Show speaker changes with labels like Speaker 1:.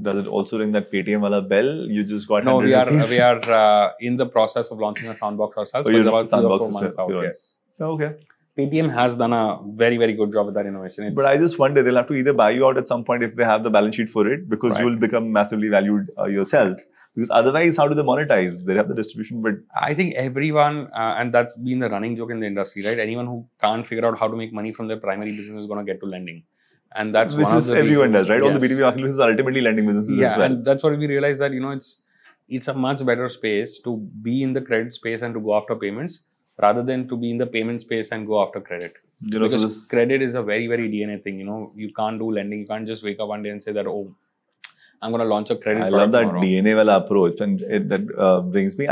Speaker 1: Does it also ring that Paytm wala bell? You just got
Speaker 2: No, we
Speaker 1: 100
Speaker 2: are
Speaker 1: rupees?
Speaker 2: we are uh, in the process of launching a soundbox ourselves.
Speaker 1: Oh,
Speaker 2: but
Speaker 1: you're
Speaker 2: it's about three or
Speaker 1: soundbox
Speaker 2: four months
Speaker 1: yourself,
Speaker 2: out.
Speaker 1: you're right.
Speaker 2: Yes,
Speaker 1: okay.
Speaker 2: Paytm has done a very very good job with that innovation. It's,
Speaker 1: But I just wonder they'll have to either buy you out at some point if they have the balance sheet for it, because
Speaker 2: Right.
Speaker 1: you will become massively valued uh, yourselves. Because otherwise, how do they monetize? They have the distribution, but
Speaker 2: I think everyone, uh, and that's been the running joke in the industry, right? Anyone who can't figure out how to make money from their primary business is going to get to lending, and that's
Speaker 1: which
Speaker 2: one
Speaker 1: is
Speaker 2: of the
Speaker 1: everyone
Speaker 2: reasons-
Speaker 1: does, right? All the
Speaker 2: Yes.
Speaker 1: B2B marketplaces are ultimately lending businesses
Speaker 2: yeah,
Speaker 1: as well.
Speaker 2: and that's what we realized that you know it's it's a much better space to be in the credit space and to go after payments rather than to be in the payment space and go after credit
Speaker 1: you know, so
Speaker 2: because
Speaker 1: this,
Speaker 2: credit is a very very DNA thing. You know, you can't do lending. You can't just wake up one day and say that oh, I'm going to launch a credit.
Speaker 1: I
Speaker 2: product
Speaker 1: love that
Speaker 2: tomorrow."
Speaker 1: DNA wala approach, and it, that uh, brings me.